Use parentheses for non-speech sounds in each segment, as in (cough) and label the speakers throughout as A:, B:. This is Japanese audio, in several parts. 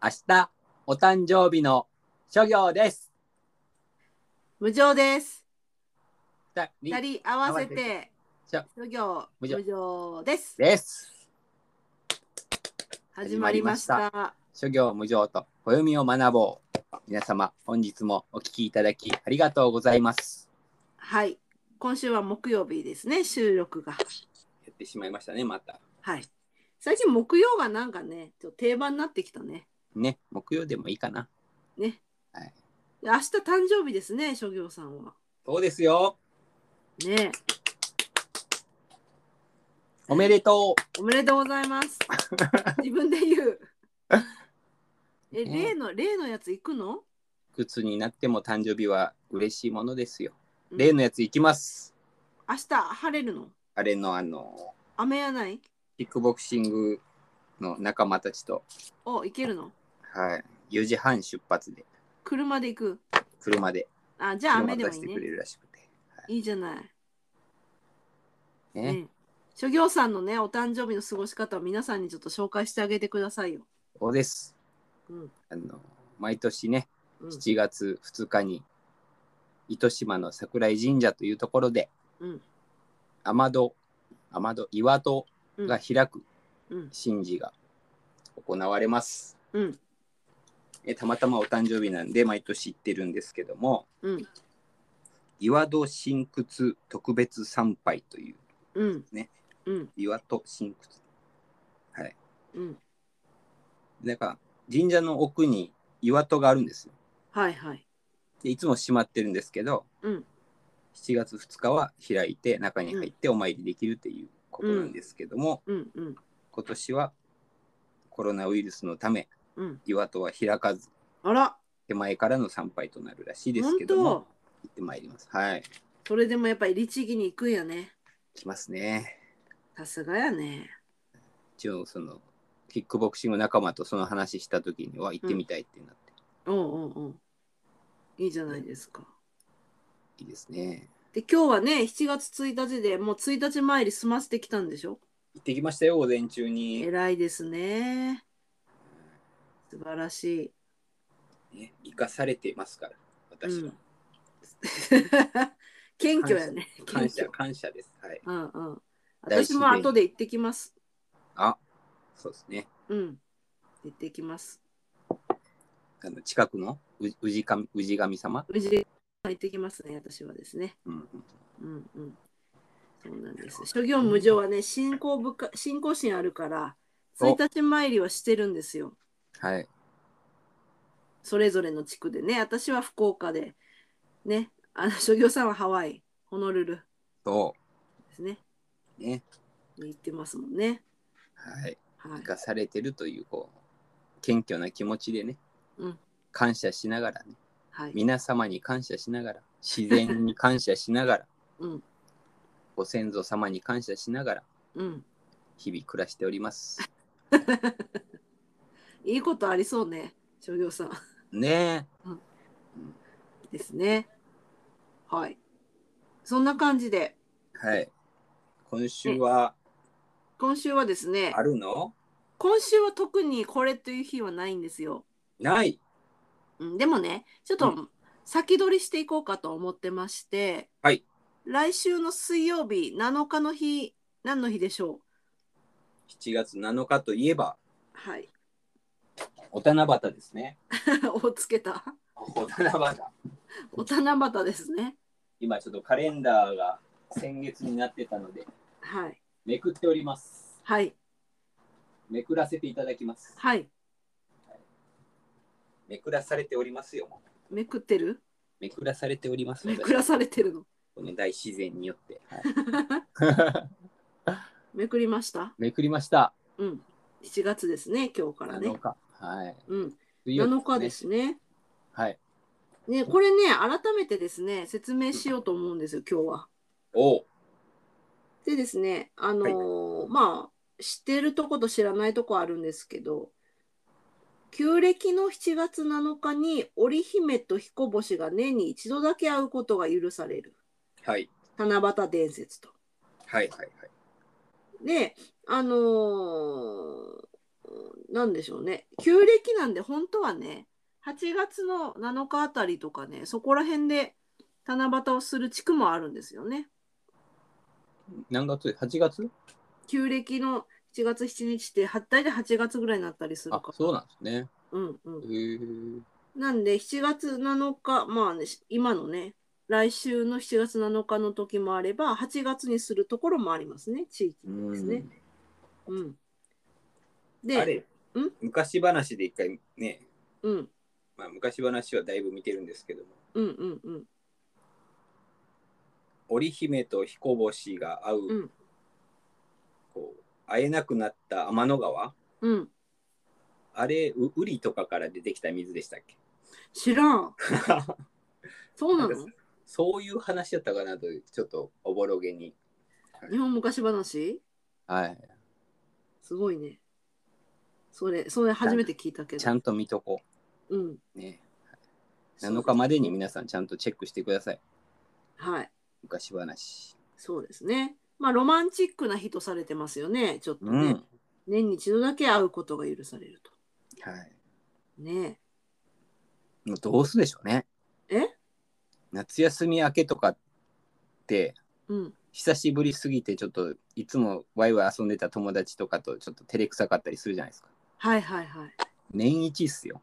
A: 日、お誕生日の諸行です。
B: 無常です。
A: だり
B: 二人合わせ
A: 合わ
B: て
A: じゃ。
B: 諸行
A: 無常
B: 無常です。
A: です。
B: 始まりました。
A: 諸行無常と暦を学ぼう。皆様、本日もお聞きいただきありがとうございます。
B: はい。今週は木曜日ですね。収録が。
A: やってしまいましたね、また。
B: はい。最近木曜がなんかね、ちょっと定番になってきたね。
A: ね、木曜でもいいかな。
B: で明日誕生日ですね。諸行さんは。
A: そうですよ。
B: ね。
A: おめでと
B: おめでとうござ
A: (laughs)
B: います。自分で言う。え、
A: ね
B: 例の例のやつ行くの？
A: う。靴になっても誕生日は嬉しいものですよ。
B: うん
A: 例のやついきます。
B: 明日晴れるの？
A: あれのあの、
B: 雨やない？
A: キックボクシングの仲間たちと、
B: お、行けるの？
A: はい、4時半出発で、
B: 車で行く。
A: 車で、
B: あ、じゃあ
A: 車
B: 雨でも
A: 出
B: い
A: し
B: い
A: てくれ
B: ね。
A: るらしくて。
B: いいじゃない。
A: ね
B: ね、諸行さんのねお誕生日の過ごし方を皆さんにちょっと紹介してあげてくださいよ。
A: そうです。
B: うん
A: あの毎年ね、
B: うん
A: 7月2日に糸島の桜井神社というところで、
B: うん
A: 雨戸雨戸岩戸が開く
B: うん
A: 神事が行われます。
B: うん
A: えたまたまお誕生日なんで毎年行ってるんですけども
B: うん
A: 岩戸神窟特別参拝という
B: うん
A: ね
B: うん
A: 岩戸神窟
B: うん
A: なんか神社の奥に岩戸があるんですよ
B: はいはい
A: でいつも閉まってるんですけど、
B: うん
A: 7月2日は開いて中に入ってお参りできるっていうことなんですけども、
B: うんうん
A: 今年はコロナウイルスのため
B: うん
A: 岩戸は開かず
B: あら
A: 手前からの参拝となるらしいです
B: 本
A: けども
B: 当
A: 行ってまいりますはい
B: それでもやっぱり律儀に行くんやね。
A: 来ますね
B: さすがやね。
A: 一応そのキックボクシング仲間とその話した時には行ってみたいってなって、
B: うんうんうんいいじゃないですか。
A: いいですね
B: で今日はね7月1日でもう1日参り済ませてきたんでしょ
A: 行ってきましたよ午前中に、
B: 偉いですね。素晴らしい。
A: ね、生かされてますから私は、
B: (laughs) 謙虚やね。
A: 感
B: 謙
A: 謝
B: 虚
A: 感謝ですはい
B: うんうん。
A: 大自
B: 私
A: 然
B: も後で行ってきます。
A: あそうですね
B: うん。行ってきます。
A: あの近くのう氏神氏神様、
B: 無事で行ってきますね、私はですね。
A: うん、
B: うんうん。そうなんです。諸行無常はね、信仰深信仰心あるから、
A: お
B: 1日参りはしてるんですよ。
A: はい
B: それぞれの地区でね。私は福岡で、ね。あの諸行さんはハワイ、ホノルル
A: そ
B: ですね。
A: うね
B: に行ってますもんね。
A: はい
B: は
A: 生
B: い。
A: かされてるというこう謙虚な気持ちでね、
B: うん
A: 感謝しながらね
B: はい。
A: 皆様に感謝しながら自然に感謝しながら
B: うん
A: ご先祖様に感謝しながら
B: うん。
A: 日々暮らしております
B: いいことありそうね、諸行さん。
A: ね
B: ですね。はい。そんな感じで、
A: えはい今週は
B: 今週はですね
A: あ、るの
B: 今週は特にこれという日はないんですよ。
A: ない
B: うん、でもね、ちょっ
A: う
B: と先取りしていこうかと思ってまして、
A: はい
B: 来週の水曜日、7日の日、何の日でしょう
A: 7月7日といえば
B: はい。 (laughs)
A: お七夕ですね
B: おつけた。
A: お七夕
B: お七夕ですね。
A: 今ちょっとカレンダーが先月になってたので
B: はい。
A: めくっております
B: はい。
A: めくらせていただきます
B: はい。
A: めくらされておりますよもう
B: めくってる
A: めくらされております
B: めくらされてるの。
A: この大自然によって、
B: めくりました。
A: (laughs) めくりました
B: うん。7月ですね、今日からね
A: 7。日はい
B: うん。
A: 水曜
B: 7日ですね。
A: はい
B: ね、これね、改めてですね、説明しようと思うんですよ、今日は。
A: おう
B: でですね、あのーまあ、知ってるとこと知らないとこあるんですけど、旧暦の7月7日に織姫と彦星が年に一度だけ会うことが許される
A: はい
B: 七夕伝説と。
A: はいはいはい
B: で、あのーなんでしょうね旧暦なんで本当はね8月の7日あたりとかねそこら辺で七夕をする地区もあるんですよね
C: 何月 ?8 月
B: 旧暦の7月7日っては大体8月ぐらいになったりする
C: あ
B: から
C: そうなんですね。
B: うんうん、
C: へー
B: なんで7月7日まあ、ね、し今のね来週の7月7日の時もあれば8月にするところもありますね地域
C: うん
B: ですね。うん、で
A: あれ
B: うん
A: 昔話で一回ね、
B: うん
A: まあ、昔話はだいぶ見てるんですけども
B: うんうんうん
A: 織姫と彦星が会う、
B: うん
A: こう会えなくなった天の川
B: うん
A: あれうウリとかから出てきた水でしたっ
B: (laughs)
A: け
B: 知らんそうな
A: なん
B: の
A: かそういう話だったかなとちょっとおぼろげに
B: 日本昔話
C: はい。
B: すごいねそれそれ初めて聞いたけ
C: ちゃ
B: ど
C: んと見とこ
B: うん
C: う。ね。7日までに皆さんちゃんとチェックしてください。
B: はい
C: 昔話。
B: そうですねまあロマンチックな日とされてますよねちょっと
C: う
B: ね、
C: ん。
B: 年に一度だけ会うことが許されると
C: はい。
B: ね
C: もうどうすでしょうね。
B: え
C: 夏休み明けとかって、
B: うん
C: 久しぶりすぎて、ちょっといつもワイワイ遊んでた友達とかとちょっと照れくさかったりするじゃないですか。
B: はいはいはい
C: 年一っすよ。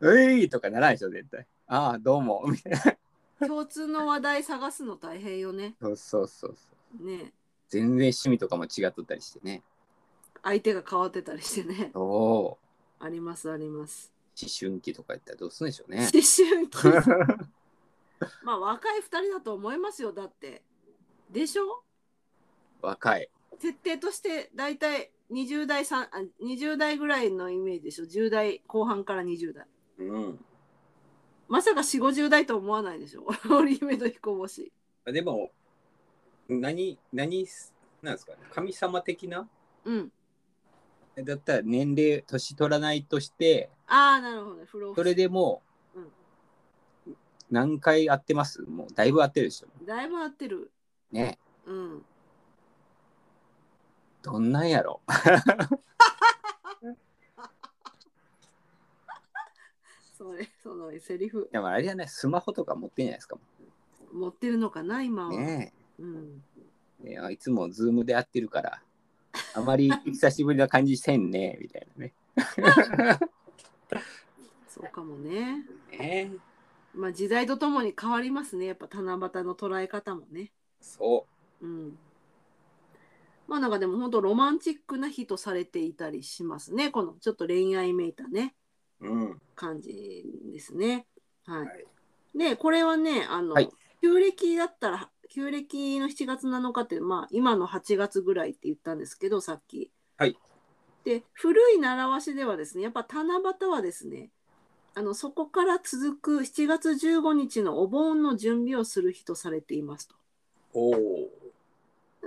C: ういとかならないでしょ、絶対。ああ、どうも。みたいな。 (laughs)
B: 共通の話題探すの大変よね。
C: そうそうそうそう。
B: ね
C: 全然趣味とかも違っとったりしてね。
B: 相手が変わってたりして
C: (laughs)
B: ね。
C: おお。
B: ありますあります。
C: 思春期とか言ったらどうするんでしょう
B: 思
C: ね。(laughs)
B: 春期。まあ若い二人だと思いますよだって。でしょ
C: 若い。
B: 設定として大体20代さんあ20代ぐらいのイメージでしょ10代後半から20代。
A: うん
B: まさか4 5 0代と思わないでしょ (laughs) 織姫と彦星。
A: でも何何なんですかね神様的な
B: うん。
C: だったら年齢、年取らないとして、
B: ああなるほどね。不老不死
C: それでもう
B: うん、
C: 何回会ってますもうだいぶ会ってるでしょ。
B: だいぶ合ってる。
C: ね
B: うん。
C: どんなんやろ。 (laughs)
B: それ (laughs) そのセリフ
C: でもあれじゃない、スマホとか持ってんじゃないですか。
B: 持ってるのかな今は。
C: ね
B: うん。
C: え。いやいつもズームで会ってるから、あまり (laughs) 久しぶりな感じせんね、みたいなね。
B: そうかもね。
A: ね
B: まあ時代とともに変わりますね。やっぱ七夕の捉え方もね。
A: そ
B: うん。まあなんかでも本当ロマンチックな日とされていたりしますね。このちょっと恋愛めいたね、
A: ううん
B: 感じですね。はい。
A: はい
B: で、これはね、あの、
C: はい
B: 旧暦だったら、旧暦の7月7日って、まあ今の8月ぐらいって言ったんですけど、さっき。
A: はい。
B: で、古い習わしではですね、やっぱ七夕はですね、あのそこから続く7月15日のお盆の準備をする日とされていますと。
A: おお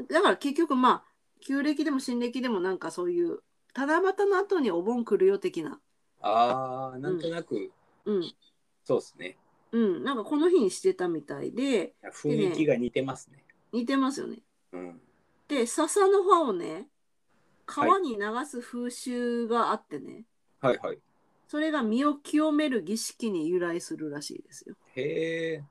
B: だから結局まあ旧暦でも新暦でもなんかそういう七夕の後にお盆来るよ的な、
A: あーなんとなく、
B: うん
A: そうですね
B: うん、なんかこの日にしてたみたいで
A: 雰囲気が似てますね
B: 似てますよね。
A: うん
B: で笹の葉をね川に流す風習があってね、
A: はいはい
B: それが身を清める儀式に由来するらしいですよ。
A: へえ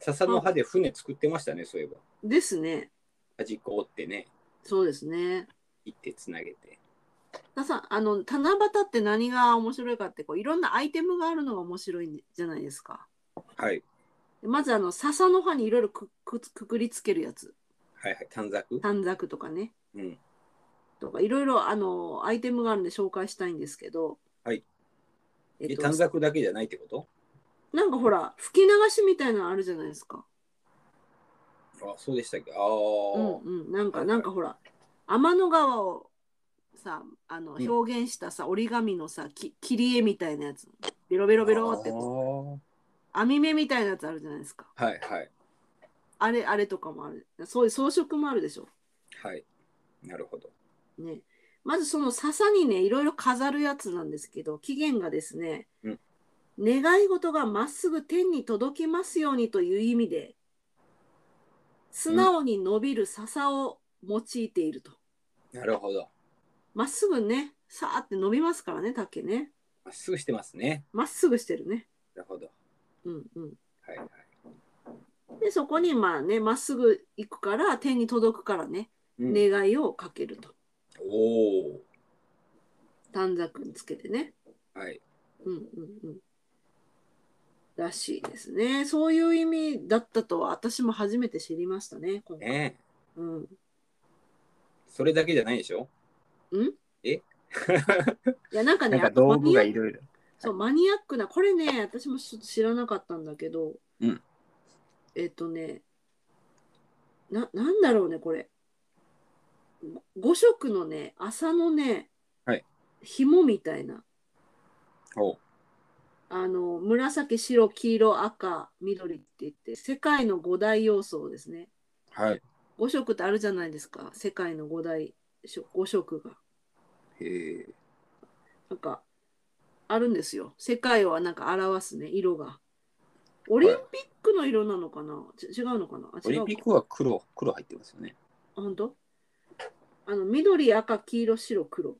A: 笹の葉で船作ってましたねそういえば
B: ですね。
A: 端っこ折ってね
B: そうですね。
A: 行ってつなげて
B: さあの七夕って何が面白いかってこういろんなアイテムがあるのが面白いんじゃないですか。
A: はい
B: まずあの笹の葉にいろいろくくくくりつけるやつ。
A: はいはい短冊
B: 短冊とかね
A: うん
B: とかいろいろあのアイテムがあるんで紹介したいんですけど、
A: はい
B: え
A: え
B: っと、
A: 短冊だけじゃないってこと
B: なんかほら吹き流しみたいなのあるじゃないですか、
A: あそうでしたっけあ
B: う
A: あ、
B: んうん、なんか
A: はい
B: なんかほら天の川をさあの
C: うん
B: 表現したさ、折り紙のさき切り絵みたいなやつベロベロベロってこう網目みたいなやつあるじゃないですか
A: あーはいはい
B: あれあれとかもあるそういう装飾もあるでしょ
A: はいなるほど
B: ね、まずその笹にねいろいろ飾るやつなんですけど期限がですね、
A: うん
B: 願い事がまっすぐ天に届きますようにという意味で素直に伸びる笹を用いていると、
A: なるほど
B: まっすぐね、さーって伸びますからね、竹ね。
A: まっすぐしてますね。
B: まっすぐしてるね。
A: なるほど。
B: うんうん。
A: はいはい。
B: で、そこにまあね、まっすぐ行くから、手に届くからね、
A: うん、
B: 願いをかけると。
A: おお。
B: 短冊につけてね。
A: はい。
B: うんうんうん。らしいですね。そういう意味だったとは私も初めて知りましたね。今回
A: ねえ
B: うん。
A: それだけじゃないでしょ
B: ん
A: え
B: いや、なんか
C: なん
B: ね、
C: か道具がい
B: マニアック
C: ろいろ。
B: そう、マニアックな、これね、私もちょっと知らなかったんだけど、
C: うん
B: えっとね、な、なんだろうね、これ。5色のね、麻のね、
A: はい
B: 紐みたいな、
A: おう
B: あの、紫、白、黄色、赤、緑って言って、世界の5大要素をですね、
A: はい。
B: 5色ってあるじゃないですか、世界の5大、5色が。
A: へえ。
B: なんか、あるんですよ。世界をなんか表すね、色が。オリンピックの色なのかな、ち違うのかなあ
A: オ
B: 違
A: リン
B: う
A: ピッ
B: か。
A: クは黒、黒入ってますよね。
B: 本当あの、緑、赤、黄色、白、黒。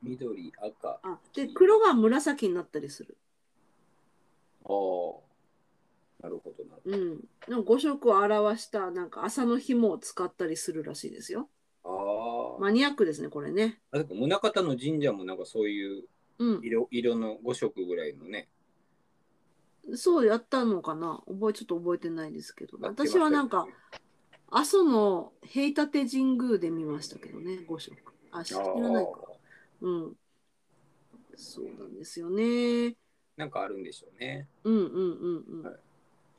A: 緑、赤。
B: あ、で、黒が紫になったりする。
A: ああ。なるほどなる
B: うん。なんか5色を表した、なんか朝の紐を使ったりするらしいですよ。
A: ほど。あ
B: マニアックですね、これね。
A: あ。あ、でも宗像の神社もなんかそういう
B: うん。
A: 色色の5色ぐらいのね。
B: そうやったのかな覚え、ちょっと覚えてないですけど。
A: やってまし
B: 私
A: たよ
B: は
A: ね
B: なんか、阿蘇の平立神宮で見ましたけどね、5色。あ、知
A: あ
B: らないか。うん。そうなんですよね。
A: あ。なんかあるんでしょうね。
B: うんうんうんうん。
A: はい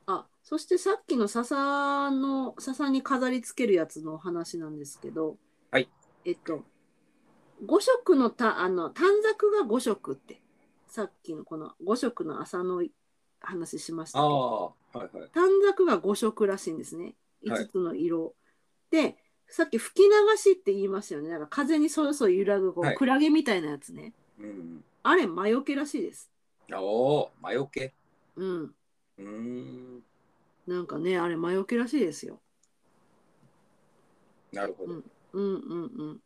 B: あ、そしてさっきの笹の、笹に飾り付けるやつのお話なんですけど、
A: はい。
B: えっと、5色のた、あの、短冊が5色って、さっきのこの5色の朝の話しました
A: あ
B: けど、
A: あ。はいはい。
B: 短冊が5色らしいんですね。
A: はい
B: 5つの色。で、さっき吹き流しって言いましたよね。なんか風にそよそよ揺らぐ、こう、
A: はい
B: クラゲみたいなやつね。
A: うん
B: あれ、魔除けらしいです。
A: うん。おお、魔除け。
B: うん。
A: うーん。
B: なんかね、あれ、魔除けらしいですよ。
A: なるほど。
B: うんうんうん。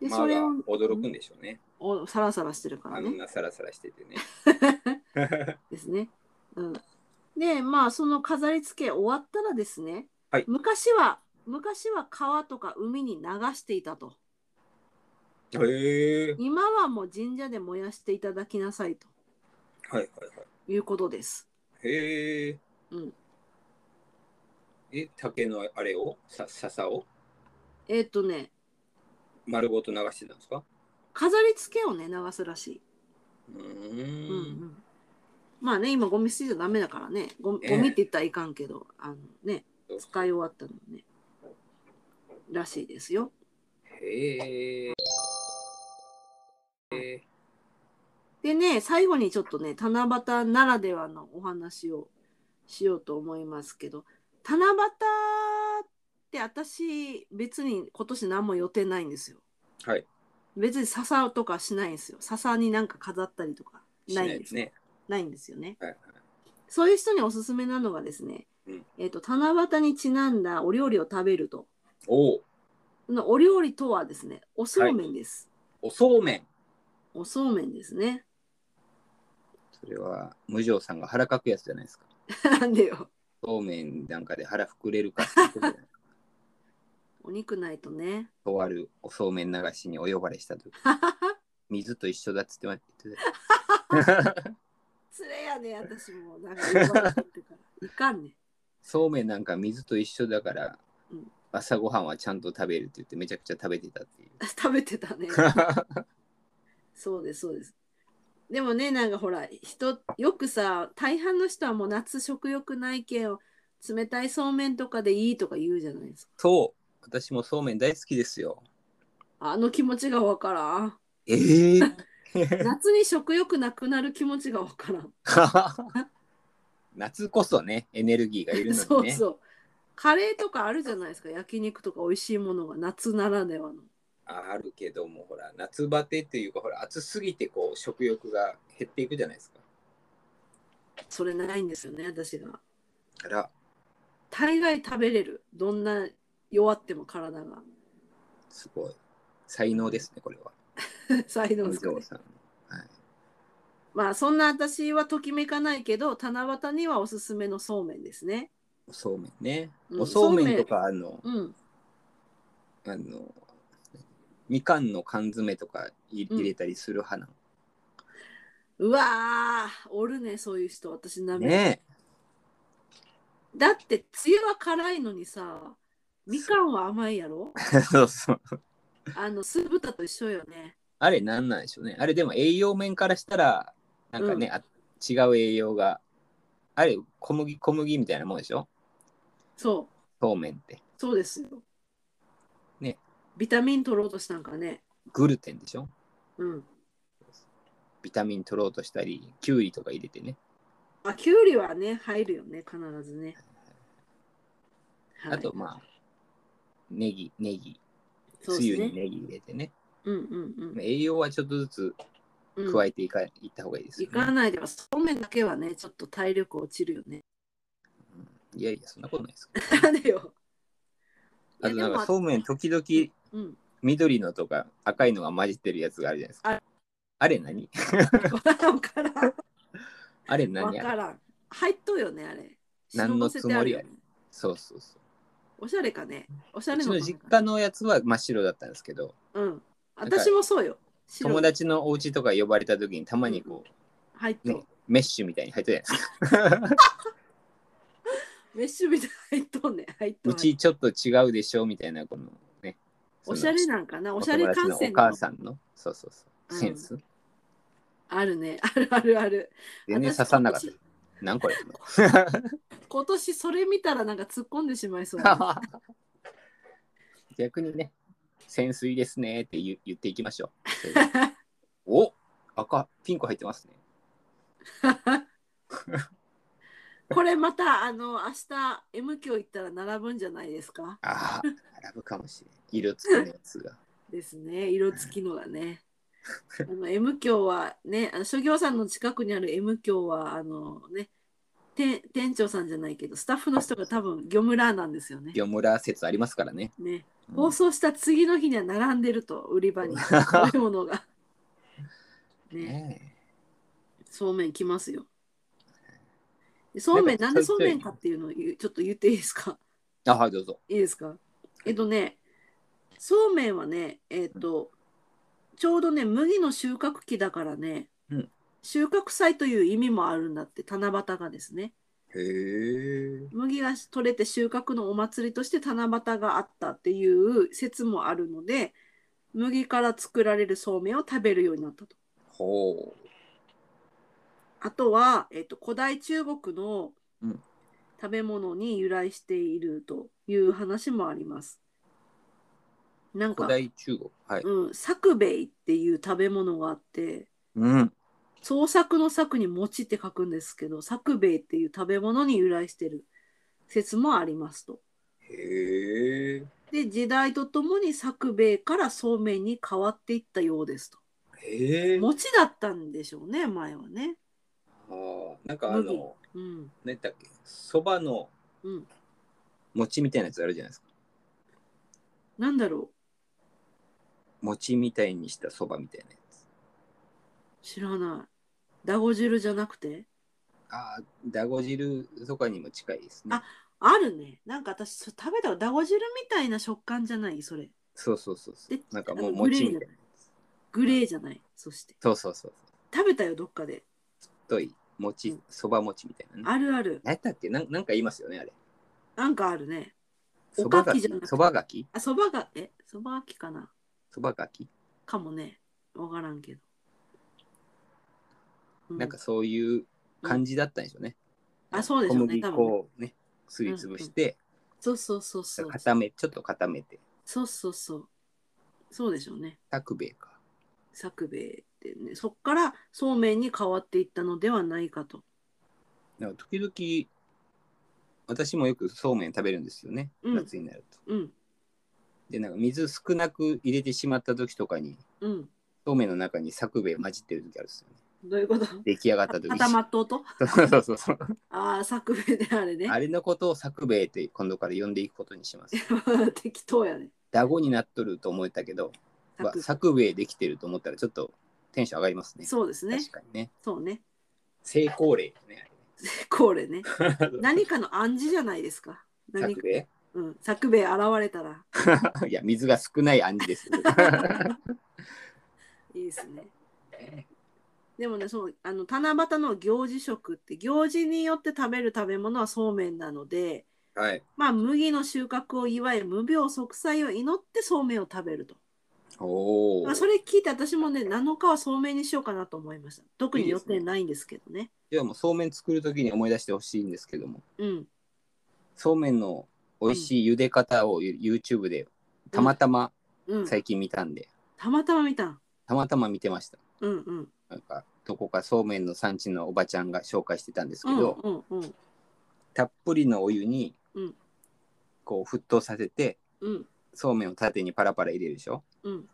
B: で、
A: まあ
B: それを
A: 驚くんでしょうね。
B: おサラサラしてるか
A: あ
B: ら
A: ん
B: ね。
A: なサラサラしててね。
B: ですね。うん。で、まあ、その飾り付け終わったらですね、
A: はい
B: 昔は、昔は川とか海に流していたと。
A: へえ。
B: 今はもう神社で燃やしていただきなさいと
A: はいはいはい。
B: いうことです。
A: へえ。
B: うん。
A: え、竹のあれを、さ、笹を
B: えっ、とね、
A: 丸ごと流してたんですか。
B: 飾り付けをね、流すらしい。
A: う
B: うんう
A: ーん。
B: ん。まあね、今ゴミ捨てちゃダメだからね、ゴミ
A: ええ
B: ゴミって言ったらいかんけど、あのね、
A: そう
B: 使い終わったのね、らしいですよ。
A: へえ。へえ。
B: でね、最後にちょっとね、七夕ならではのお話をしようと思いますけど、七夕って私、別に今年何も予定ないんですよ。
A: はい。
B: 別に笹とかしないんですよ。笹になんか飾ったりとかないんですよ
A: ね。
B: ないんですよね。
A: はいはい。
B: そういう人におすすめなのがですね、
A: うん
B: えっと七夕にちなんだお料理を食べると。
A: おお、
B: のお料理とはですね、おそうめんです。
A: おそうめん。
B: おそうめんですね。
C: それは、無常さんが腹かくやつじゃないですか。
B: なんでよ。
C: そうめんなんかで腹膨れるかっていうこと
B: (laughs)
C: で
B: お肉ないとね。 (laughs)
C: とあるおそうめん流しにお呼ばれしたと水と一緒だっつってました
B: つれやね、私も。なんか呼ばれてるから。いかんね。 (laughs)
C: そうめんなんか水と一緒だから、
B: うん
C: 朝ごはんはちゃんと食べるって言ってめちゃくちゃ食べてたって
B: (laughs)
C: いう
B: 食べて
A: (laughs)
B: たね。そうです、そうです。でもね、なんかほら、人、よくさ、大半の人はもう夏食欲ないけん、冷たいそうめんとかでいいとか言うじゃないですか。
C: そう私もそうめん大好きですよ
B: あの気持ちがわからん。
C: ええ
A: (laughs)
B: 夏に食欲なくなる気持ちがわからん。
C: (laughs) 夏こそねエネルギーがいるのにね
B: (laughs) そうそう。カレーとかあるじゃないですか。焼肉とか美味しいものが夏ならではの。
A: ああるけども、ほら、夏バテっていうか、ほら、暑すぎて、こう、食欲が減っていくじゃないですか。
B: それないんですよね、私が。
C: あら
B: 大概食べれる。どんな弱っても体が。 (laughs)
C: すごい
A: 才能ですね、これは。
B: 才能
A: お
B: ですかね
A: 嬢さん。はい。
B: まあそんな私はときめかないけど七夕にはおすすめのそうめんですね。
A: おそうめんね。
B: うん
A: おそうめんとか、あの、
B: うん、
A: あの、みかんの缶詰とかい
B: うん
A: 入れたりする派な
B: うわーおるねそういう人私な
A: の。
B: め、
A: ね
B: だって梅雨は辛いのにさみかんは甘いやろ
A: え。 (laughs) そうそう。
B: あの酢豚と一緒よね。
A: あれなんなんでしょうね。あれでも栄養面からしたら、なんかね、あ違う栄養が。あれ、小麦、小麦みたいなもんでしょ
B: そ
A: そうめんって。
B: うそうですよ。
A: ね
B: ビタミン取ろうとしたんかね。
A: グルテンでしょ
B: うん。
A: ビタミン取ろうとしたり、きゅうりとか入れてね。
B: あきゅうりはね入るよね必ずね。はい
A: あと、まあ、ネギ、ネギ、
B: そう
A: つ
B: で
A: ゆ
B: す
A: に
B: ね。
A: ネギ入れてね。
B: うんうん
A: 栄養はちょっとずつ
B: うん。
A: 加えていか、いった方がいいです
B: 行
A: よ
B: か
A: ね。
B: ないではそうめんだけはねちょっと体力落ちるよね。 (laughs)
A: いやいや、そんなことないですけど。
B: なんでよ。
A: あとなんかそうめん時々
B: うん、 (laughs)
A: 緑のとか赤いのが混じってるやつがあるじゃないです
B: あ
A: か。あれ何
B: わからんわからん。
A: あれ
B: わ
A: 何
B: か
A: や
B: らん。入っとうよね、あれ。
A: 何のつもりや
B: 忍ばせてあるよね
A: そうそうそう。
B: おしゃれかね。おしゃ
A: う
B: れ
A: ち
B: の
A: の
B: かな
A: 実家のやつは真っ白だったんですけど、
B: うん。
A: んか
B: 私もそうよ。白い
A: 友達のお家とか呼ばれた時にたまにこ
B: 入っ
A: う、
B: とう、
A: ね、メッシュみたいに入ってたじゃないですか。
B: メッシュみたいに入っとうね。入っと
A: う
B: う。
A: ちちょっと違うでしょみたいな、このね。そ
B: お
A: の
B: しゃれなんかな。お
A: お
B: しゃ
A: 友
B: れ
A: 達
B: 観
A: のお
B: 戦
A: 母さんの、そうそうそう、
B: うん
A: センス。
B: あるね。あるあるある。
A: 全然
B: 私
A: 刺さんなかった
B: 今。
A: なんこれ (laughs)
B: 年今年それ見たらなんか突っ込んでしまいそう。
A: 逆にね、潜水ですねって言う言っていきましょう。 (laughs) お赤、ピンク入ってますね。
B: (laughs) これまたあの明日 M 教行ったら並ぶんじゃないですか
A: ああ、並ぶかもしれない。色付きのやつが。
B: ですね色付きのがねあの M 教はねあの諸行さんの近くにある M 教はあのねて店長さんじゃないけどスタッフの人が多分魚村なんですよね
A: 魚村説ありますからね。
B: ね
A: うん
B: 放送した次の日には並んでると売り (laughs) 場に食べ物 (laughs) がね
A: ね
B: そうめん来ますよでそうめん
A: な
B: なんん
A: か
B: で
A: ちょ
B: そ
A: いうちょい
B: めんかっていうのを言うちょっと言っていいですか
A: えあ、はい、どうぞ。
B: (laughs) いいですかえっとねそうめんはねえっとちょうどね麦の収穫期だからね、
A: うん
B: 収穫祭という意味もあるんだって七夕がですね
A: へえ。
B: 麦が取れて収穫のお祭りとして七夕があったっていう説もあるので麦から作られるそうめんを食べるようになったと。
A: ほう。
B: あとは、えっと、古代中国の
A: うん
B: 食べ物に由来しているという話もあります。なんか
A: 古代中国。はい。
B: うん、作兵衛っていう食べ物があって
A: うん。
B: 創作の作に餅って書くんですけど作兵衛っていう食べ物に由来してる説もありますと。
A: へえ。
B: で時代とともに作兵衛からそうめんに変わっていったようですと。
A: へえ。
B: 餅だったんでしょうね前はね。
A: あーなんかあ
B: 麦
A: の、
B: うん
A: 何だっけ、そばの
B: うん、
A: 餅みたいなやつあるじゃないですか。
B: なんだろ
A: 餅みたいにしたそばみたいなやつ。
B: う知らない。だご汁じゃなくて
A: ああ、だご汁とかにも近いですね。
B: あるね。なんか私それ食べただご汁みたいな食感じゃないそれ。
A: そうそうそうそう
B: で。
A: なんかもう
B: あのグレー
A: 餅み
B: の
A: たいなやつ。
B: グレーじゃない。そして
A: そうそうそう。
B: 食べたよどっかで。
A: 太い餅、そば餅みたいなね。
B: あるある。
A: 何やったっけなんなんか言いますよね、あれ。
B: なんかあるね。
A: そ
B: お
A: ば
B: か
A: が
B: き
A: き
B: じゃなくて
A: そばがき
B: あ、そばが、え、そばきかな
A: そばがき
B: かもね。わからんけど。う
A: なんか、そういう感じだったんでしょうね。
B: あ、そうでしょうね。
A: 小
B: 多
A: 麦粉
B: 分ね。
A: をね、すりつぶして、
B: そうそうそうそう。
A: 固め、ちょっと固めて、
B: そうそうそう。そうでしょうね。
A: タクベイか。
B: 作兵衛ってね。そっからそうめんに変わっていったのではないかと。
A: なんか時々、私もよくそうめん食べるんですよね、
B: うん
A: 夏になると。
B: うん。
A: で、なんか水少なく入れてしまった時とかに、
B: うん。
A: そうめんの中に作兵衛混じってる時あるんですよね。
B: どういうこと
A: 出来上がった時に。
B: 固まっとうと
A: (laughs) そうそうそうそう。
B: ああ、作兵衛であれね。
A: あれのことを作兵衛って今度から呼んでいくことにします。
B: (laughs) 適当やね。
A: ダゴになっとると思ったけど、
B: 作
A: わ作兵衛できてると思ったらちょっとテンション上がりますね。
B: そうですね。
A: 確かにね。
B: そうね。 (laughs)
A: 成功例ですね。
B: これね。
A: あれ
B: 何かの暗示じゃないですか。
A: (laughs)
B: 何
A: 作
B: か、
A: 兵衛
B: うん、作兵衛現れたら
A: いや、水が少ない暗示です。 (laughs)
B: いいですね。でもね、そう、あの、七夕の行事食って、行事によって食べる食べ物はそうめんなので、
A: はい。
B: まあ、麦の収穫を祝い、無病息災を祈ってそうめんを食べると。
A: おお
B: まあ、。それ聞いて、私もね、7日はそうめんにしようかなと思いました。特に予定ないんですけどね。
A: でもうそうめん作るときに思い出してほしいんですけども、
B: うん。
A: そうめんの美味しい茹で方を YouTube でたまたま
B: うん。
A: 最近見たんで、
B: たまたま見たん。
A: たまたま見てました。
B: うんうん。
A: なんかどこかそうめんの産地のおばちゃんが紹介してたんです
B: う
A: け
B: ん
A: ど、
B: うんうん。
A: たっぷりのお湯に
B: うん
A: こう沸騰させて
B: うん
A: そうめんを縦にパラパラ入れるでしょ
B: うん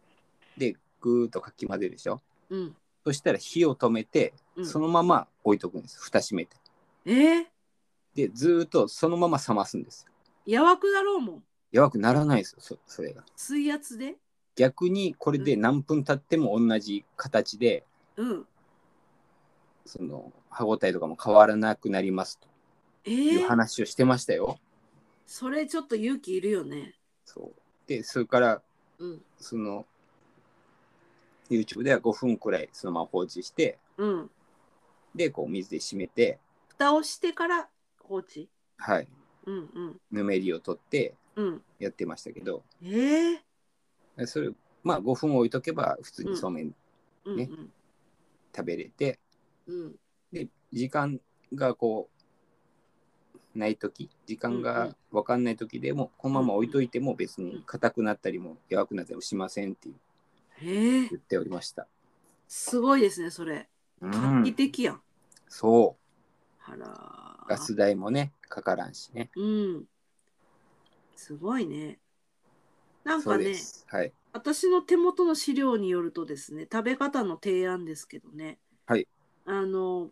A: でぐーっとかき混ぜるでしょ
B: うん。
A: そしたら火を止めて
B: うん
A: そのまま置いとくんです蓋閉めて
B: えー、
A: でずーっとそのまま冷ますんですよ
B: やわくだろうもん。
A: 弱くならないですよそそれが
B: 水圧で。
A: 逆にこれで何分経っても同じ形で
B: うん。
A: その歯ごたえとかも変わらなくなりますと
B: え
A: いう
B: ー、
A: 話をしてましたよ、
B: それちょっと勇気いるよね。
A: そうでそれから
B: うん。
A: その YouTube では5分くらいそのまま放置して
B: うん。
A: でこう水で締めて
B: 蓋をしてから放置。
A: はい
B: うんうん
A: ぬめりを取って
B: うん。
A: やってましたけど
B: えー、
A: それまあ5分置いとけば普通にそうめん
B: うん
A: ね食べれて、
B: うんうん
A: で時間がこうない時時間
B: うんう
A: が
B: ん
A: 分かんない時でもこのまま置いといても別に硬くなったりも弱くなったりもしませんって
B: えー、
A: 言っておりました。
B: すごいですね、それ。
A: う
B: 画期
A: ん、
B: 的やん。
A: そ
B: あら
A: う
B: ー
A: ガス代もねかからんしね。
B: うん。すごいね。なん
A: そ
B: か
A: うで
B: ね、
A: す。はい。
B: 私の手元の資料によるとですね、食べ方の提案ですけどね。
A: はい。
B: あの、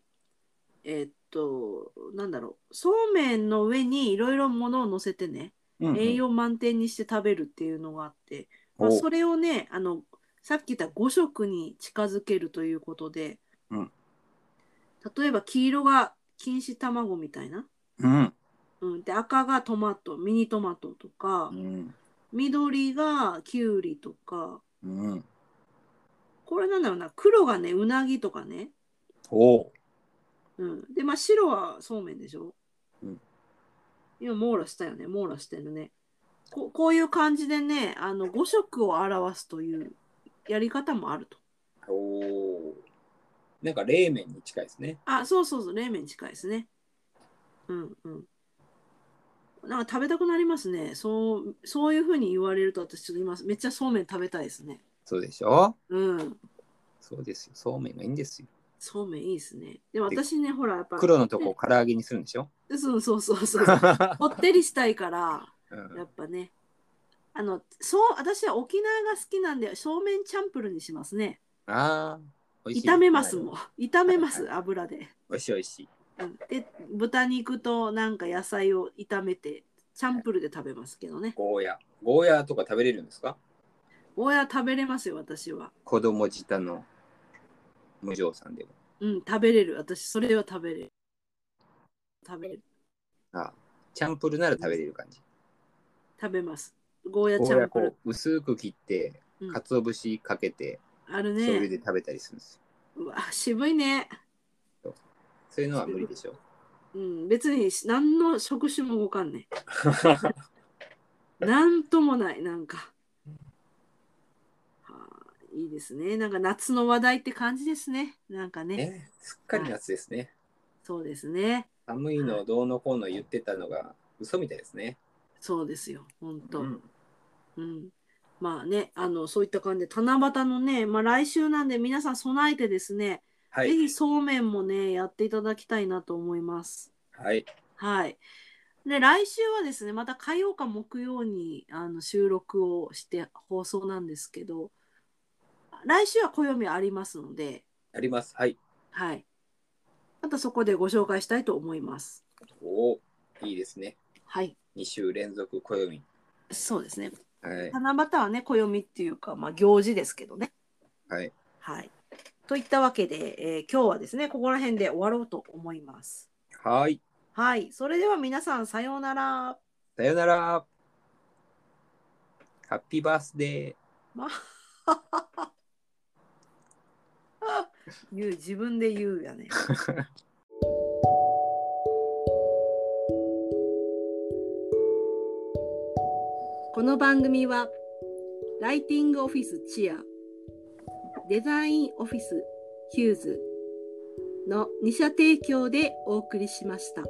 B: えっと、なんだろう。そうめんの上にいろいろものを乗せてね、
A: うんうん
B: 栄養満点にして食べるっていうのがあって、まあ、
A: お
B: それをねあのさっき言った5色に近づけるということで、
A: うん
B: 例えば黄色が錦糸卵みたいな、
A: うん
B: うん、で赤がトマトミニトマトとか、
A: うん
B: 緑がキュウリとか
A: うん
B: これなんだろうな黒がねうなぎとかね、
A: おお
B: うん、でまあ白はそうめんでしょ、
A: うん
B: 今網羅したよね網羅してるねここういう感じでねあの5色を表すというやり方もあると。
A: おおなんか冷麺に近いですね。
B: あ、そうそうそう、冷麺近いですね。うんうん。なんか食べたくなりますね。そう、そういうふうに言われると、私ちょっと今、めっちゃそうめん食べたいですね。
A: そうでしょ
B: うん。
A: そうですよ。そうめんがいいんですよ。
B: そうめんいいですね。でも私ね、ほら、やっぱ、
A: 黒のとこを唐揚げにするんでしょ
B: そうそうそ
A: (laughs)
B: うそう。ぽってりしたいから、
A: うん
B: やっぱね。あの、そう、私は沖縄が好きなんで、そうめんチャンプルにしますね。
A: ああ、美味しい。
B: 炒めますもん。炒めます、油で。
A: 美味しい美味しい。
B: うんで、豚肉となんか野菜を炒めて、チャンプルで食べますけどね。
A: ゴーヤ。ゴーヤとか食べれるんですか
B: ゴーヤ食べれますよ、私は。
A: 子供舌の無常さんでも。
B: うん、食べれる。私、それは食べれる。食べれる。
A: あチャンプルなら食べれる感じ。
B: 食べます。ゴーヤ
A: ゴ
B: チ
A: ー
B: ャ
A: ヤ
B: ンプ
A: こ
B: ル。
A: う薄く切って
B: うん、
A: 鰹節かけて、
B: ある
A: 醤油
B: ね。
A: で食べたりするんですよ。
B: うわ、渋いね。
A: そういうのは無理でしょ。
B: うん、別に何の職種も動かんね。なんともない、なんか。はあ、いいですね。なんか夏の話題って感じですね。なんか (laughs) ね。
A: ね、すっかり夏ですね。
B: そうですね。
A: 寒いのどうのこうの言ってたのが嘘みたいですね。
B: そうですよ。本当。
A: うん
B: うん、まあねあのそういった感じで七夕のね、まあ、来週なんで皆さん備えてですね、
A: はい。
B: ぜひそうめんもねやっていただきたいなと思います。
A: はい。
B: はい、で来週はですねまた火曜か木曜にあの収録をして放送なんですけど来週は暦ありますので、
A: あります。はい。
B: はい、またそこでご紹介したいと思います。
A: おお、いいですね。
B: はい
A: 2週連続暦。
B: そうですね。
A: はい。
B: 七夕はね、暦っていうか、まあ、行事ですけどね。
A: はい。
B: はい。といったわけで、えー今日はですね、ここら辺で終わろうと思います。
A: はい。
B: はい。それでは皆さん、さようなら。
A: さよなら。ハッピーバースデー。
B: 言う、自分で言うやね。 (laughs) この番組は、ライティングオフィスチア、デザインオフィスヒューズの2社提供でお送りしました。